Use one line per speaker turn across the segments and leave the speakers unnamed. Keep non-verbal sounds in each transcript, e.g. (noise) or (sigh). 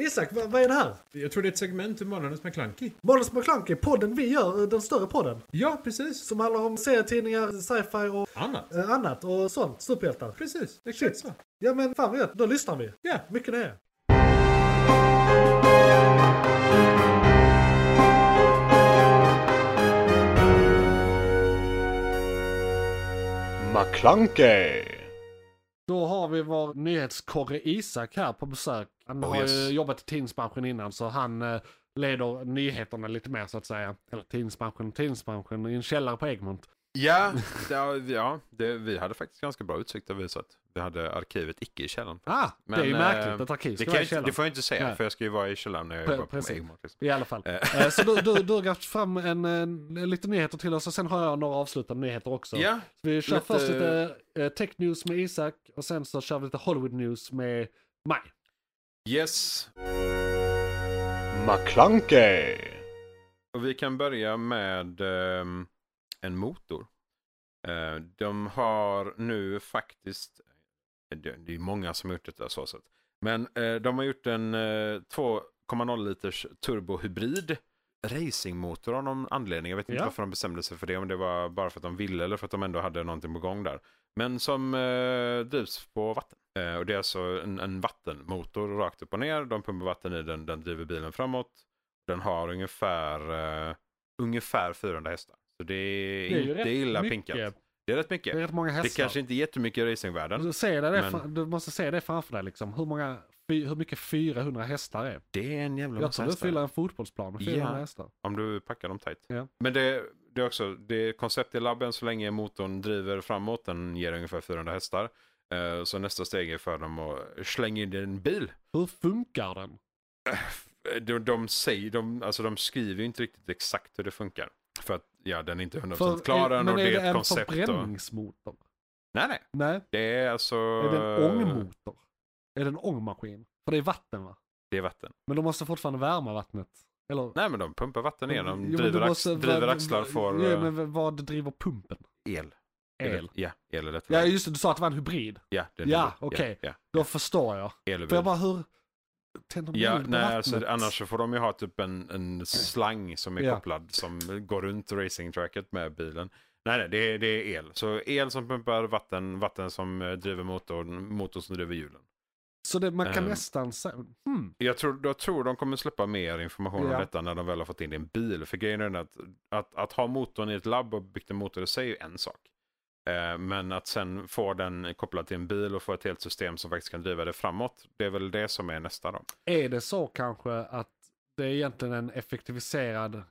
Isak, vad, vad är det här?
Jag tror det är ett segment ur Månadens McKlunky.
Månadens McKlunky, podden vi gör, eh, den större podden.
Ja, precis.
Som handlar om serietidningar, sci-fi och
Annat.
eh, annat och sånt. Superhjältar.
Precis, exakt så.
Ja men fan vad gött, då lyssnar vi.
Ja,
Mycket nöje.
McClunkey!
Då har vi vår nyhetskorre Isak här på besök. Han
Oh,
har
yes.
ju jobbat i tidningsbranschen innan så han eh, leder nyheterna lite mer så att säga. Eller tidningsbranschen, tidningsbranschen i en källare på Egmont.
Ja, ja, ja det, vi hade faktiskt ganska bra utsikt över så att vi hade arkivet icke i källaren.
Ah,
Men,
det är ju
eh,
märkligt att arkiv
Det,
ska
kan
vara i
jag inte,
källaren.
det får jag inte säga
Nej.
för jag ska ju vara i källaren när jag
Pre-
jobbar på
precis.
Egmont. Liksom.
I alla fall.
Eh,
Eh, så du, du, du har haft fram en, en, lite nyheter till oss och sen har jag några avslutande nyheter också.
Ja,
Så vi kör
lite-
först lite eh, tech news med Isak och sen så kör vi lite Hollywood news med mig.
yes.
McClunkey!
Och vi kan börja med ehm, en motor. Eh, de har nu faktiskt, eh, det, det är många som har gjort detta så sett. Men eh, de har gjort en eh, 2,0 liters turbohybrid racingmotor av någon anledning. Jag vet inte
Ja.
varför de bestämde sig för det. Om det var bara för att de ville eller för att de ändå hade någonting på gång där. Men som eh, drivs på vatten. Eh, och det är alltså en, en vattenmotor rakt upp och ner. De pumpar vatten i den, den driver bilen framåt. Den har ungefär, eh, ungefär 400 hästar. Så det är,
Det är ju
inte
rätt
illa
mycket.
pinkat. Det är rätt mycket.
Det är rätt Mm. många hästar.
Det kanske inte är jättemycket i racingvärlden.
Du, ser det
Men-
det fra- du måste se det framför dig liksom. Hur, många, fy, hur mycket 400 hästar är.
Det är en jävla
Jag
massa
tror du
hästar.
fyller en fotbollsplan med 400
Ja.
hästar.
Om du packar dem tajt.
Ja.
Men det, det är också, det är koncept i labben så länge motorn driver framåt. Den ger ungefär 400 hästar. Eh, Så nästa steg är för dem att slänga in i en bil.
Hur funkar den?
Eh, De, de, säger, de, alltså de skriver ju inte riktigt exakt hur det funkar. För att ja, den är inte 100%
För-
klar
är-
än
men
och
är
det är ett
en
koncept. Och...
förbränningsmotor?
Nej, nej.
Nej,
Det är alltså...
är det en ångmotor? Är det en ångmaskin? För det är vatten va?
Det är vatten.
Men de måste fortfarande värma vattnet. Eller?
Nej, men de pumpar vatten
Jo,
igenom.
men
driver,
du måste-
ax, driver
vad-
axlar, får
Jo,
eh,
men vad driver pumpen?
el.
El.
Ja, el är
Ja
lättare.
just det, du sa att det var en hybrid.
Ja, det är
Ja,
nybil.
okej.
Ja,
Då förstår jag.
ja. Elbil.
För jag bara hur... Tänder de
Ja,
eld på
nej,
vattnet?
alltså, annars så får de ju ha typ en, en slang som är
Ja.
kopplad som går runt racingtracket med bilen. Nej, nej det, är, det är el. Så el som pumpar vatten, vatten som eh, driver motorn, motorn som driver hjulen.
Så det, man kan
Ehm.
nästan säga... Hmm.
Jag tror, jag tror de kommer släppa mer information om
Ja.
detta när de väl har fått in det i en bil. För grejen är den att, att, att ha motorn i ett labb och byggt en motor i sig är ju en sak. Eh, men att sen få den kopplad till en bil och få ett helt system som faktiskt kan driva det framåt. Det är väl det som är nästa då.
Är det så kanske att det är egentligen en effektiviserad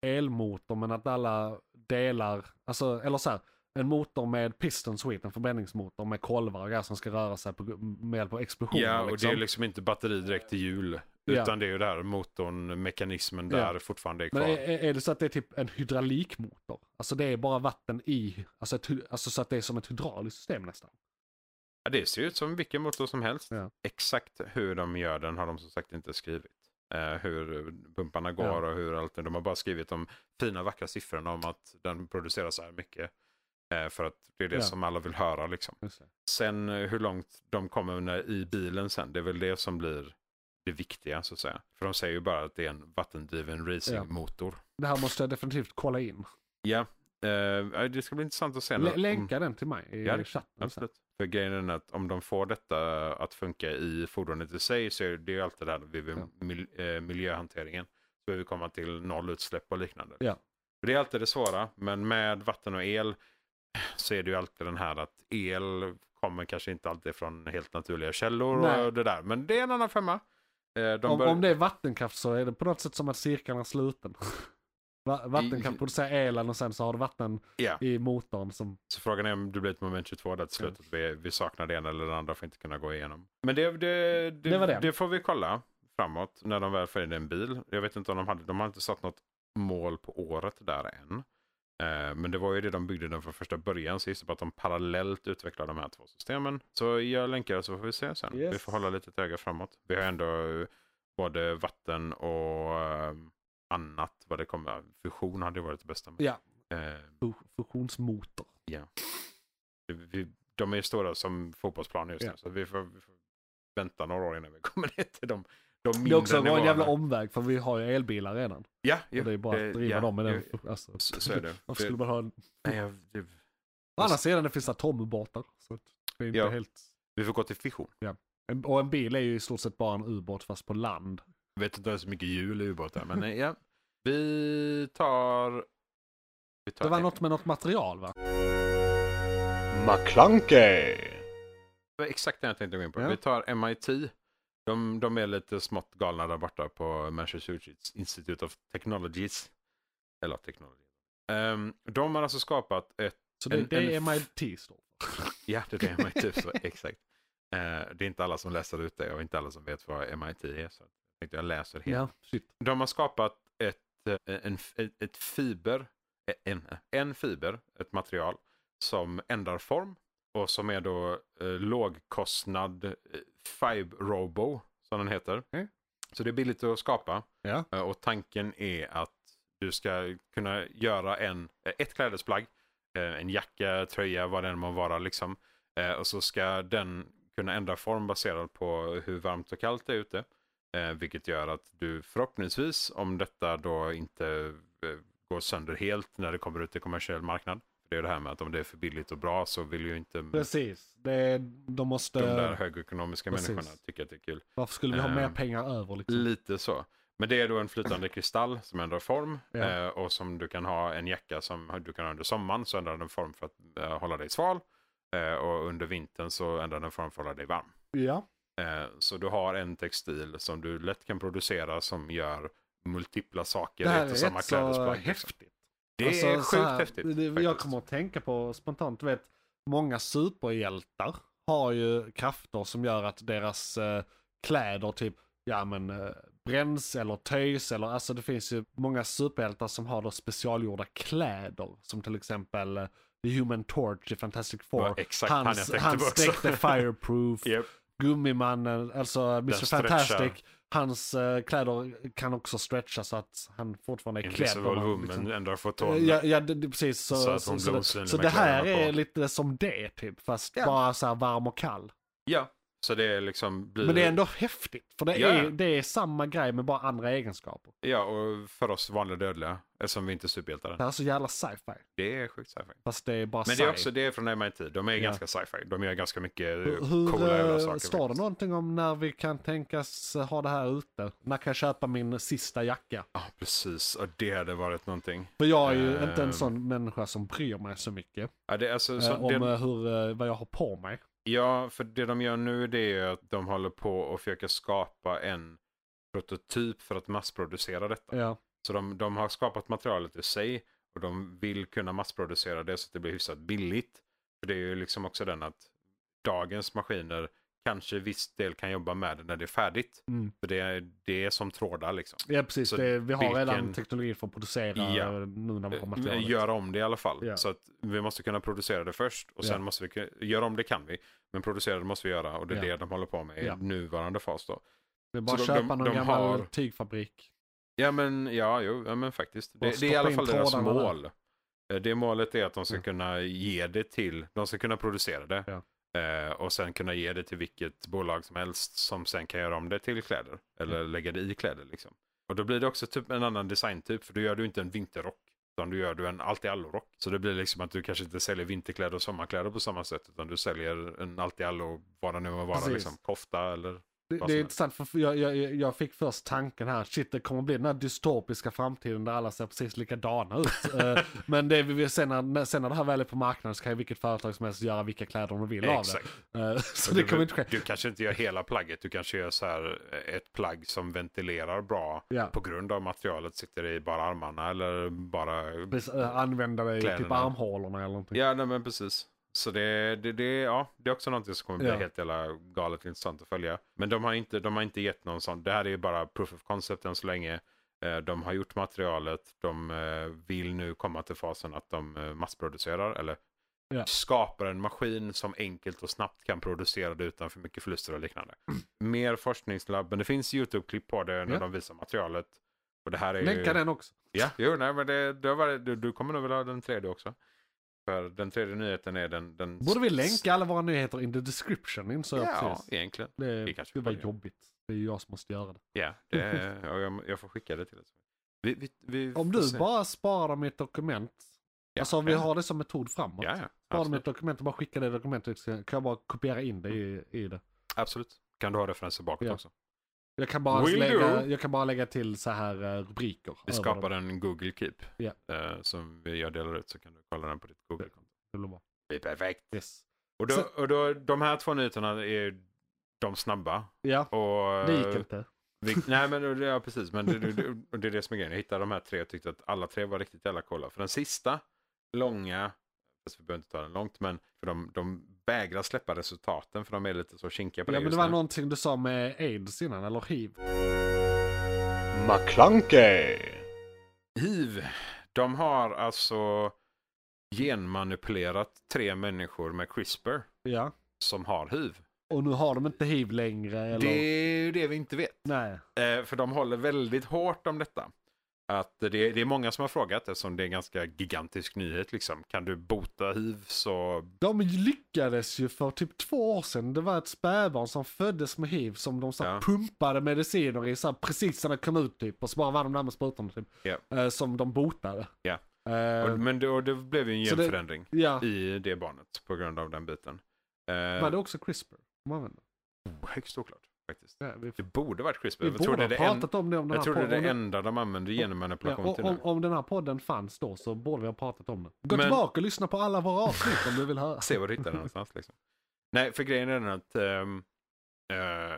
elmotor men att alla delar, alltså eller så här, en motor med piston suite, en förbränningsmotor med kolvar och grejer som ska röra sig på, med hjälp av explosioner.
Ja, och
liksom.
det är liksom inte batteri direkt till hjul.
Ja.
Utan det är ju där motorn, mekanismen
Ja.
där fortfarande är kvar.
Men är, är är det så att det är typ en hydraulikmotor? Alltså det är bara vatten i, alltså, ett, hy- alltså så att det är som ett hydrauliskt system nästan.
Ja, det ser ut som vilken motor som helst.
Ja.
Exakt hur de gör den har de som sagt inte skrivit. Eh, hur pumparna går
Ja.
och hur allt. De har bara skrivit de fina vackra siffrorna om att den producerar så här mycket. Eh, för att det är det
Ja.
som alla vill höra liksom. Sen eh, hur långt de kommer när, i bilen sen, det är väl det som blir det viktiga så att säga. För de säger ju bara att det är en vattendriven racingmotor.
Det här måste jag definitivt kolla in.
Ja, eh, det ska bli intressant att se. när-
L- länka den till mig i
Mm. Ja, det-
chatten. sen.
Absolut. För grejen är den att om de får detta att funka i fordonet i sig så är det ju alltid det här vid
Ja.
mil- eh, miljöhanteringen. Så behöver vi komma till nollutsläpp och liknande.
Ja.
För Det är alltid det svåra, men med vatten och el så är det ju alltid den här att el kommer kanske inte alltid från helt naturliga källor
Nej.
och det där. Men det är en annan femma. Eh, De
om,
bör-
om det är vattenkraft så är det på något sätt som att cirkeln är
(laughs)
sluten. Va- Vattenkraft
I-
producerar elen och sen så har du vatten
Ja.
i motorn som...
Så frågan är om det blir ett moment 22 där till
Mm.
slut. Att vi, vi saknar det ena eller det andra för att inte kunna gå igenom. Men det, det, det,
Det var det.
får vi kolla framåt när de väl får in en bil. Jag vet inte om de hade, de har inte satt något mål på året där än. Eh, Men det var ju det de byggde den från första början. Så jag gissar på att de parallellt utvecklar de här två systemen. Så jag länkar så får vi se sen.
Yes.
Vi får hålla lite ett öga framåt. Vi har ändå eh, både vatten och eh, annat. Vad det kommer. Fusion hade ju varit det bästa. men,
Ja.
eh,
fu- Fusionsmotor.
vi, de är ju stora som fotbollsplaner just nu.
Ja.
Så vi får, vi får vänta några år innan vi kommer (laughs) ner till de, de mindre
Det är också var en
nivåerna.
jävla omväg för vi har ju elbilar redan.
Ja, jo,
och det är bara att driva
ja,
dem med den.
jo,
Alltså,
Så, så är det.
(laughs) varför
det,
skulle man ha en...
nej, jag- det
Å andra sidan det finns atombåtar. Så att det är inte
Alltså- Ja.
helt...
vi får gå till fission.
En- Och en bil är ju i stort sett bara en ubåt fast på land.
Vet inte ens hur mycket hjul i ubåtar, men eh, ja. Vi tar... Vi tar
Det var
en-
något med något material va?
McClunkey.
Det var exakt det jag tänkte gå in på.
Ja.
Vi tar MIT. De, de är lite smått galna där borta på Massachusetts Institute of Technologies. Eller Technology. Ehm, de har alltså skapat ett...
Så det,
En-
det
en
är MIT står för.
Ja, det är det MIT. så, exakt. Eh, det är inte alla som läser ut det och inte alla som vet vad MIT är. Så jag tänkte jag läser helt.
Ja, shit.
De har skapat ett, eh, en, ett, ett fiber, eh, en, en fiber, ett material som ändrar form och som är då eh, lågkostnad eh, Fibe Robo som den heter.
Mm.
Så det är billigt att skapa
Ja.
Eh, och tanken är att du ska kunna göra en, eh, ett klädesplagg, eh, en jacka, tröja, vad det än må vara liksom. Eh, Och så ska den kunna ändra form baserat på hur varmt och kallt det är ute. Eh, vilket gör att du förhoppningsvis, om detta då inte eh, går sönder helt när det kommer ut i kommersiell marknad. För det är ju det här med att om det är för billigt och bra så vill ju inte
Precis. Det är, de måste...
de där högekonomiska
Precis.
människorna tycka att det är kul.
Varför skulle vi ha mer
Ehm,
pengar över liksom?
Lite så. Men det är då en flytande kristall som ändrar form
Ja.
eh, och som du kan ha en jacka som du kan ha under sommaren så ändrar den form för att eh, hålla dig sval. Eh, och under vintern så ändrar den form för att hålla dig varm.
Ja.
Eh, så du har en textil som du lätt kan producera som gör multipla saker
Det här är
efter samma
rätt så
klädesplagg. liksom.
häftigt.
Det
Alltså,
är sjukt
så här,
häftigt.
det- Jag
faktiskt.
kommer att tänka på spontant, du vet, många superhjältar har ju krafter som gör att deras eh, kläder typ, ja men eh, bränns eller töjs eller alltså det finns ju många superhjältar som har då specialgjorda kläder. Som till exempel eh, The Human Torch i Fantastic
Det
Four.
var exakt han jag tänkte
hans
på också. (laughs)
dräkt är fireproof.
Japp.
Gummimannen, alltså Mr.
stretchar.
Fantastic, hans eh, kläder kan också stretcha så att han fortfarande är klädd.
Invisible
om han
Woman
liksom-
ändrar foton.
Ja, ja det, det, precis. Så,
Så
så,
att
så,
hon blir
det,
osynlig
så
med
det här
kläderna på.
är lite som det typ, fast
Ja.
bara så här varm och kall.
Ja, så det är liksom blir...
Men det är ändå häftigt, för det,
Ja, ja.
är, det är samma grej med bara andra egenskaper.
Ja, och för oss vanliga dödliga, eftersom vi inte är superhjältar.
Det här är så jävla sci-fi,
Det är sjukt sci-fi.
fast det är bara
Men
sci.
det är också det är från MIT. De är
Ja.
ganska sci-fi. De gör ganska mycket eh,
Hur-
coola
Hur
jävla
eh,
saker.
står det
faktiskt.
någonting om när vi kan tänkas eh, ha det här ute? När kan jag köpa min sista jacka?
Ja, precis. Och det hade varit någonting.
För jag är ju
Ehm.
inte en sån människa som bryr mig så mycket
Ja, det, är alltså,
eh,
så,
om
det,
eh, hur, eh, vad jag har på mig.
ja, för det de gör nu det är ju att de håller på att försöka skapa en prototyp för att massproducera detta.
Ja.
Så de, de har skapat materialet i sig och de vill kunna massproducera det så att det blir hyfsat billigt. För det är ju liksom också den att dagens maskiner kanske viss del kan jobba med det när det är färdigt.
Mm.
För det är, det är som trådar liksom.
Ja precis,
Så
det, vi har
vilken-
redan teknologi för att producera
Ja.
nu när vi har
Eh,
materialet.
Göra om det i alla fall.
Ja.
Så att vi måste kunna producera det först och sen
Ja.
måste vi kunna, göra om det kan vi. Men producera det måste vi göra och det är
Ja.
det de håller på med i
Ja.
nuvarande fas då.
Det är bara
Så
att
de-
köpa
de-
någon
de
gammal
har-
tygfabrik.
Ja men, ja, jo, ja, men faktiskt.
Bara
Det, det är i alla
stoppa
fall
in
deras
trådarna där.
mål. Eh, Det målet är att de ska
Mm.
kunna ge det till, de ska kunna producera det.
Ja.
Eh, och sen kunna ge det till vilket bolag som helst som sen kan göra om det till kläder. Eller
Mm.
lägga det i kläder liksom. Och då blir det också typ en annan designtyp. För då gör du inte en vinterrock. Utan du gör du en allt-i-allo-rock. Så det blir liksom att du kanske inte säljer vinterkläder och sommarkläder på samma sätt. Utan du säljer en allt-i-allo, vad det nu må vara,
Precis.
liksom, kofta eller...
Det,
Vad
det
som
är intressant, för jag, jag, jag fick först tanken här, shit det kommer bli den här dystopiska framtiden där alla ser precis likadana
(laughs)
ut. Eh, Men det, vi- vi- sen, när- när, sen när det här väl är på marknaden så kan ju vilket företag som helst göra vilka kläder de vill
Exakt.
av det. Eh, (laughs) Så
Och
det
du-
kommer inte ske.
Du kanske inte gör hela plagget, du kanske gör så här eh, ett plagg som ventilerar bra
Ja.
på grund av materialet sitter i bara armarna eller bara...
Precis, eh, Använda det i typ
Kläderna.
armhålorna eller någonting.
Ja, nej, men precis. Så det, det, det, ja, det är också någonting som kommer bli
Ja.
helt jävla galet intressant att följa. Men de har, inte, de har inte gett någon sån, det här är ju bara proof of concept än så länge. Eh, De har gjort materialet, de eh, vill nu komma till fasen att de eh, massproducerar eller
Ja.
skapar en maskin som enkelt och snabbt kan producera det utan för mycket förluster och liknande. Mer forskningslabb, men det finns YouTube-klipp på det när
Mm. Ja.
de visar materialet. Och det här är ju...
Länka den också.
Ja, jo, nej, men det, det var, du, du kommer nog vilja ha den tredje också. För den tredje nyheten är den... den
Borde vi länka alla våra nyheter in the description insåg jag
Ja,
precis.
egentligen.
Det,
det
det
kanske
skulle
vi
vara
borde göra.
jobbigt. Det är ju jag som måste göra det.
Ja, det, är- ja, jag, jag får skicka det till dig. Vi, vi, vi
Om
får
du
se.
bara sparar dem i ett dokument.
Ja,
alltså om vi
ja.
har det som metod framåt.
Ja, ja.
sparar dem i
Absolut.
ett dokument och bara skickar det dokumentet. så Kan jag bara kopiera in det i, i det.
absolut. Kan du ha referenser bakåt
Ja.
också?
Jag kan, bara
Will
lägga,
do.
jag kan bara lägga till så här eh, rubriker.
Vi
över
skapar
dem.
en Google Keep
Ja.
eh, som vi- jag delar ut så kan du kolla den på ditt Google-konto.
Det blir bra.
Det är perfekt.
Yes.
Och, då,
Så-
och då, de här två nyheterna är de snabba.
Ja,
Och, eh,
det gick inte.
Vi,
(laughs)
nej men det, ja, precis, men det, det, det, och det är det som är grejen. Jag hittade de här tre och tyckte att alla tre var riktigt jävla coola. För den sista, långa, fast vi behöver inte ta den långt, men för de, de vägrar släppa resultaten för de är lite så kinkiga på
Ja,
det
men det
just
var
nu.
någonting du sa med aids innan, eller hiv.
McClunkey! Hiv. De har alltså genmanipulerat tre människor med CRISPR
Ja.
som har hiv.
Och nu har de inte hiv längre. Eller...
Det är ju det vi inte vet.
Nej.
Eh, för de håller väldigt hårt om detta. Att det, det är många som har frågat eftersom det är en ganska gigantisk nyhet. Liksom. Kan du bota hiv så...
De lyckades ju för typ två år sedan. Det var ett spädbarn som föddes med hiv som de så här
Ja.
pumpade mediciner i så här, precis när det kom ut typ. Och så bara var de där med sprutorna typ.
Ja.
Eh, som de botade.
Ja.
Eh,
och, men det, och det blev ju en
så det-
genförändring
ja.
i det barnet på grund av den biten. Eh,
Var det också CRISPR? de använde?
oh, Högst oklart faktiskt.
Ja, vi
Det borde varit CRISPR.
vi
jag tror
borde
det är
ha
det, en,
pratat om det om den här
jag tror det, är det
podden.
enda de använder
Ja,
genmanipulation
och
till
om,
nu.
om den här podden fanns då så borde vi ha pratat om den. Gå
Men-
tillbaka och lyssna på alla våra avsnitt om du vill höra.
(laughs) Se vad du hittar den någonstans. Liksom. Nej, för grejen är den att ehm, eh,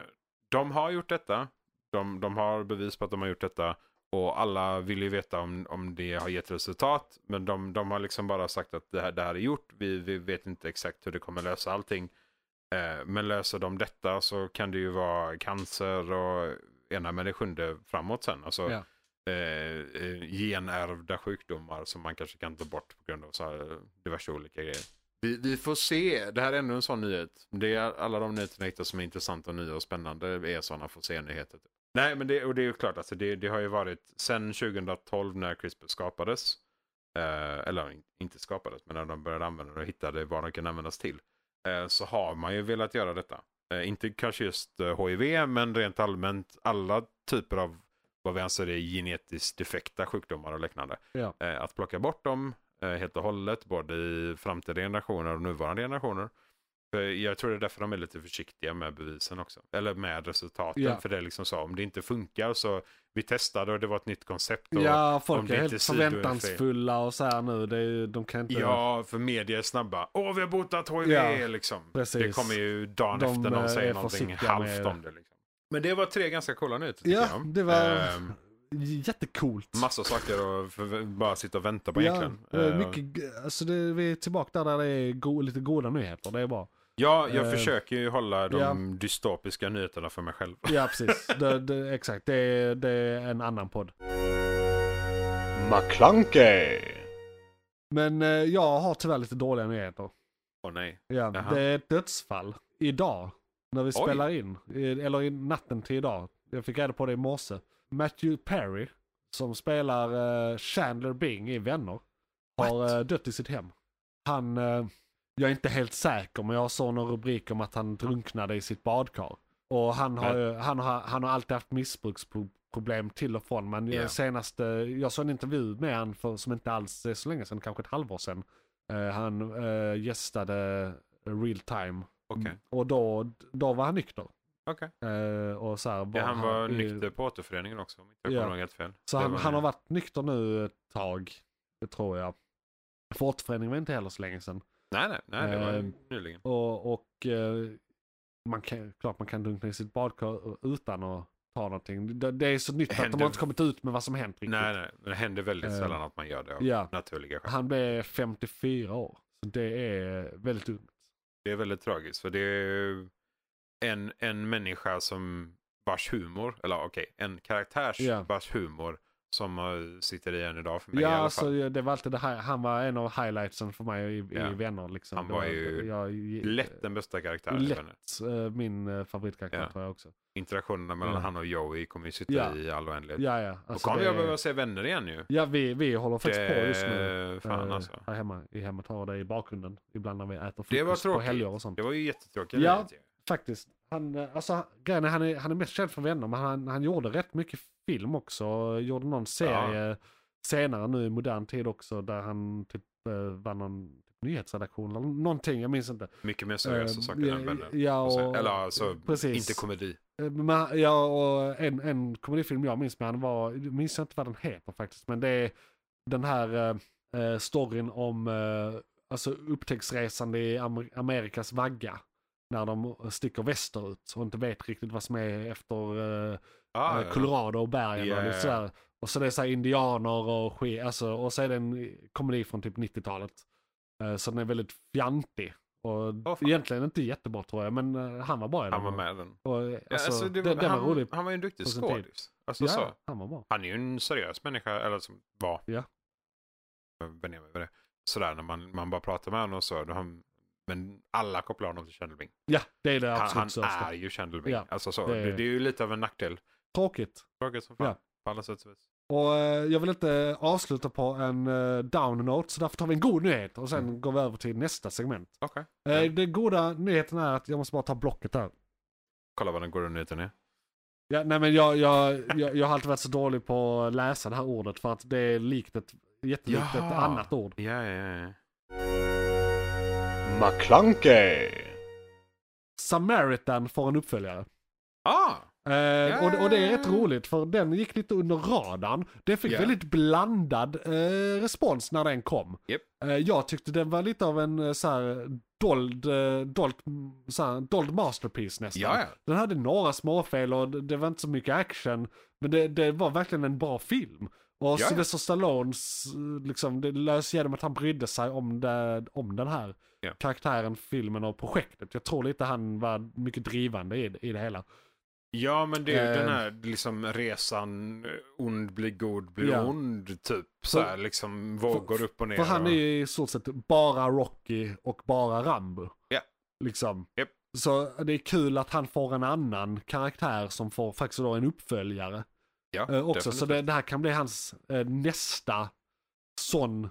de har gjort detta. De, de har bevis på att de har gjort detta. Och alla vill ju veta om, om det har gett resultat. Men de, de har liksom bara sagt att det här, det här är gjort. Vi, vi vet inte exakt hur det kommer lösa allting. Eh, men löser de detta så kan det ju vara cancer och ena med det sjunde framåt sen. Alltså,
Ja.
eh, eh, genärvda sjukdomar som man kanske kan ta bort på grund av så här diverse olika grejer. Vi, vi får se, det här är ännu en sån nyhet. Det är alla de nyheterna jag hittar som är intressanta och nya och spännande är sådana får se nyheter. Nej, men det, och det är ju klart, alltså, det, det har ju varit sedan 2012 när CRISPR skapades. Eh, eller in- inte skapades, men när de började använda det och hittade vad de kan användas till. Eh, så har man ju velat göra detta. Eh, inte kanske just eh, HIV, men rent allmänt alla typer av vad vi anser är genetiskt defekta sjukdomar och liknande.
Ja.
Eh, att plocka bort dem eh, helt och hållet, både i framtida generationer och nuvarande generationer. För jag tror det är därför de är lite försiktiga med bevisen också. Eller med resultaten.
Ja.
För det är liksom så, om det inte funkar så, vi testade och det var ett nytt koncept. Och,
Ja, folk
om det
är
inte
helt
är sidoeffekt.
förväntansfulla och så här nu. Det är, ju- de kan inte...
Ja, för media är snabba. Åh, vi har botat HIV!
Ja,
liksom.
precis.
Det kommer ju dagen
De,
efter någon
eh, är
säger någonting
försiktiga med
halvt
det.
om det. Liksom. Men det var tre ganska coola nyheter tycker
Ja,
jag.
det var
Ehm,
jättecoolt.
Massa saker att för- bara sitta och vänta på
Ja,
egentligen.
det är
Eh,
mycket, g- alltså det, vi är tillbaka där, där det är go, lite goda nyheter. Det är bra.
ja, jag
eh,
försöker ju hålla de
ja.
dystopiska nyheterna för mig själv.
Ja, precis. (laughs) det, det, exakt, det, är- det är en annan podd.
McClunkey!
Men eh, jag har tyvärr lite dåliga nyheter.
Åh nej.
Ja,
Jaha.
det är ett dödsfall idag när vi
Oj.
spelar in. I- Eller i natten till idag. Jag fick reda på det i morse. Matthew Perry, som spelar eh, Chandler Bing i Vänner, har
What?
eh, dött i sitt hem. Han, eh, jag är inte helt säker men jag såg någon rubrik om att han drunknade i sitt badkar. Och han har, ju- han har, han har alltid haft missbruksproblem till och från. Men
Ja.
yeah. senaste, jag såg en intervju med han för, som inte alls är så länge sedan, kanske ett halvår sedan. Eh, han eh, gästade real time.
Okej.
Mm. Och då, då var han nykter.
Okej.
Eh, och så här,
Ja, han var
i-
nykter på återföreningen också. Om inte jag
Ja.
kommer ihåg helt fel.
Så
Det
han,
var-
han har varit nykter nu ett tag, det tror jag. För återföreningen var inte heller så länge sedan.
Nej, nej, nej det var
Eh,
nyligen.
Och, och eh, man kan, klart man kan drunkna i sitt badkar utan att ta någonting. Det, det är så nytt att de
Händer-
har inte kommit ut med vad som hänt riktigt.
Nej, nej, men det händer väldigt
Eh,
sällan att man gör det av
ja.
naturliga skäl.
Han blev 54 år. Så det är väldigt ungt.
Det är väldigt tragiskt för det är en, en människa som vars humor, eller okej, en karaktärs
Ja.
vars humor som eh, sitter i än idag för mig
Ja,
i alla
alltså,
fall.
det var alltid det här. Han var en av highlightsen för mig i,
Ja.
i Vänner. Liksom.
Han
Det
var ju
jag,
Lätt den bästa karaktären.
eh, lätt,
jag vet inte.
eh, min eh, favoritkaraktär
Ja.
tror jag också.
Interaktionerna mellan
Ja.
han och Joey kommer ju sitta
Ja.
i all oändlighet.
Ja, ja.
Då
alltså,
kommer
det
jag
är-
behöva se vänner igen ju.
Ja, vi, vi håller faktiskt på just nu.
Det- Fan
eh,
alltså.
Här hemma i hemmet har det i bakgrunden. Ibland när vi äter frukost
Det var
på
tråkigt.
helger och sånt.
Det var ju jättetråkigt.
Ja.
det.
Faktiskt. Han, eh, alltså, han- grejen är, han är, han är mest känd för vänner, men han, han gjorde rätt mycket film också. Gjorde någon serie senare nu i modern tid också, där han typ eh, var någon nyhetsredaktion eller någonting, jag minns inte.
Mycket mer seriösa
Eh,
saker än vänner.
ja,
Och sen-
och-
Eller alltså,
precis.
inte komedi.
Eh, Men, ja, och en, en komedifilm jag minns med han var, jag minns inte vad den heter faktiskt, men det är den här eh, eh, storyn om eh, alltså upptäcktsresande i Amer- Amerikas vagga. När de sticker västerut och inte vet riktigt vad som är efter eh,
Ah,
eh, Colorado och bergen
Ja,
och
ja,
lite
ja.
sådär. Och så det är såhär indianer och skit, alltså, och så är det en komedi från typ 90-talet. Eh, Så den är väldigt fjantig. Och
fan.
egentligen inte jättebra tror jag, men eh, han var bra i den.
Han var med i den.
Och, eh,
Ja,
alltså,
alltså, det-
den, den var
han,
rolig.
han var ju en duktig
på sin tid.
skådis. Alltså, så.
ja, han var bra.
Han är ju en seriös människa, eller som var.
Ja.
Jag vänjer mig vid det. Sådär när man, man bara pratar med honom och så. Då han, men alla kopplar honom till Chandling.
Ja, det är det
Han,
absolut
han
största.
är ju Chandling.
Ja,
Alltså så.
det-
Det... det är ju lite av en nackdel.
Tråkigt.
Tråkigt som fan.
Ja.
På alla sätt och vis.
Och eh, jag vill inte avsluta på en eh, down note, så därför tar vi en god nyhet och sen går vi över till nästa segment.
Mm. Okej.
Eh,
Ja.
Den goda nyheten är att jag måste bara ta blocket där.
Kolla vad den går under nyheten är.
Ja, nej men jag, jag, jag, jag har alltid varit så dålig på att läsa det här ordet för att det är likt ett, jättelikt ett
Jaha.
annat ord.
Ja, ja, ja.
McClunkey.
Samaritan får en uppföljare.
Ah!
Eh, och, och det är rätt roligt för den gick lite under radarn. Den fick
Ja.
väldigt blandad eh, respons när den kom.
Japp.
Eh, jag tyckte den var lite av en eh, så här, dold, eh, dold, så här, dold masterpiece nästan.
Ja, ja.
Den hade några småfel och det, det var inte så mycket action. Men det, det var verkligen en bra film. Och
ja.
Sylvester Stallones, eh, liksom, det lös genom att han brydde sig om, det, om den här
Ja.
karaktären, filmen och projektet. Jag tror lite han var mycket drivande i, i det hela.
Ja, men det är ju
Eh.
den här liksom resan eh, ond blir god blir
Ja.
ond typ. Så här, liksom vågor upp och ner.
För han
och...
är ju i stort sett bara Rocky och bara Rambo.
Ja.
Liksom.
Japp.
Så det är kul att han får en annan karaktär som får faktiskt då en uppföljare.
ja,
eh, också. Så
definitivt.
det, det här kan bli hans eh, nästa sån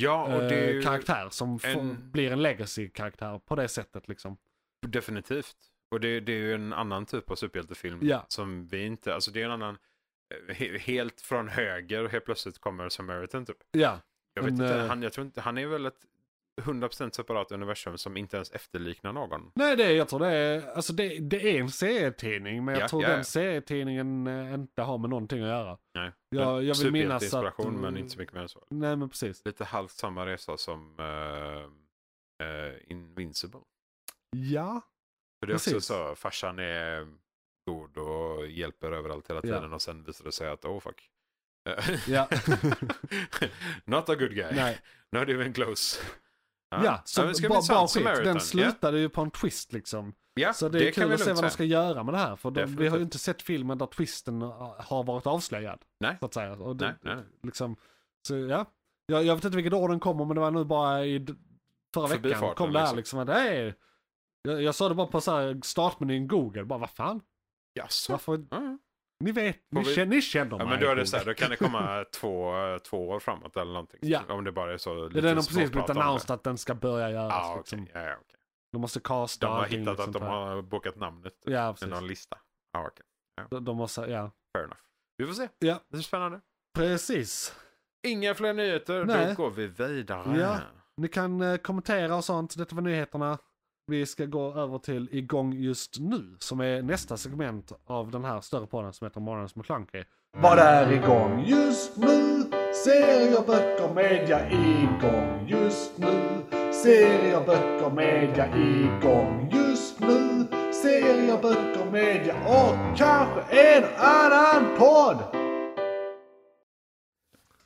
Ja, och det är
eh,
ju
karaktär som får,
en-
blir en legacy-karaktär på det sättet liksom.
definitivt. Och det, det är ju en annan typ av superhjältefilm
Ja.
som vi inte, alltså det är en annan, eh, he, helt från höger och helt plötsligt kommer Samaritan typ.
Ja,
Jag vet
Men,
inte,
eh,
han, jag tror inte, han är väl ett 100% separat universum som inte ens efterliknar någon.
nej det, jag tror det är, alltså det, det är en serietidning men jag
Ja,
tror
ja,
den
ja.
serietidningen eh, inte har med någonting att göra.
Nej.
Jag, jag vill minnas att...
Superhjälteinspiration, men inte så mycket mer än så.
Nej men precis.
lite halvt samma resa som eh, eh, Invincible.
Ja.
För det är också
Precis.
så, farsan är god och hjälper överallt hela
Ja.
tiden och sen visar det sig att oh fuck.
Ja.
(laughs) Not a good guy.
Nej.
Not even close.
Ja, så
men det ska
ba-
bli
bara
sant,
skit.
Samaritan.
Den slutade ju på en twist liksom.
Ja, ja
Så det är
det kan
kul
vi
att se
lugnt
vad de ska
säga.
göra med det här. För de, vi har
Definitivt.
ju inte sett filmen där twisten uh, har varit avslöjad.
Nej.
Så att säga. Och det,
Nej, nej.
Liksom, så, ja. jag, jag vet inte vilket år den kommer men det var nu bara i d- förra veckan.
Förbifarten,
Kom det här
liksom.
liksom. att, "Hej." jag, jag sa det bara på så här startmenyn Google. Bara vad fan.
Jaså?
Varför?
Ja.
Ni vet.
Får
Ni,
vi-
känner, ni känner mig.
Ja, men då är det så här,
Google.
då kan det komma två, eh, två år framåt eller någonting.
Ja.
Om det bara är så
Det
lite
är den har precis blivit
småprat om det.
annonserat att den ska börja göras.
Ja, okej.
liksom.
ja, ja, okej.
De måste casta
De har
allting,
hittat
liksom,
att de
på-
har bokat namnet
Ja,
i
precis.
någon lista. Ja, okej.
De, de måste, ja.
Fair enough. Vi får se.
Ja.
Det är spännande.
Precis.
Inga fler nyheter.
Nej.
Då går vi vidare.
Ja. Ni kan eh, kommentera och sånt. Detta var nyheterna. Vi ska gå över till igång just nu, som är nästa segment av den här större podden som heter Morgonens McKlunky.
Vad är igång just nu? Serier, böcker, media igång just nu. Serier, böcker, media igång just nu. Serier, böcker, media och kanske en annan podd.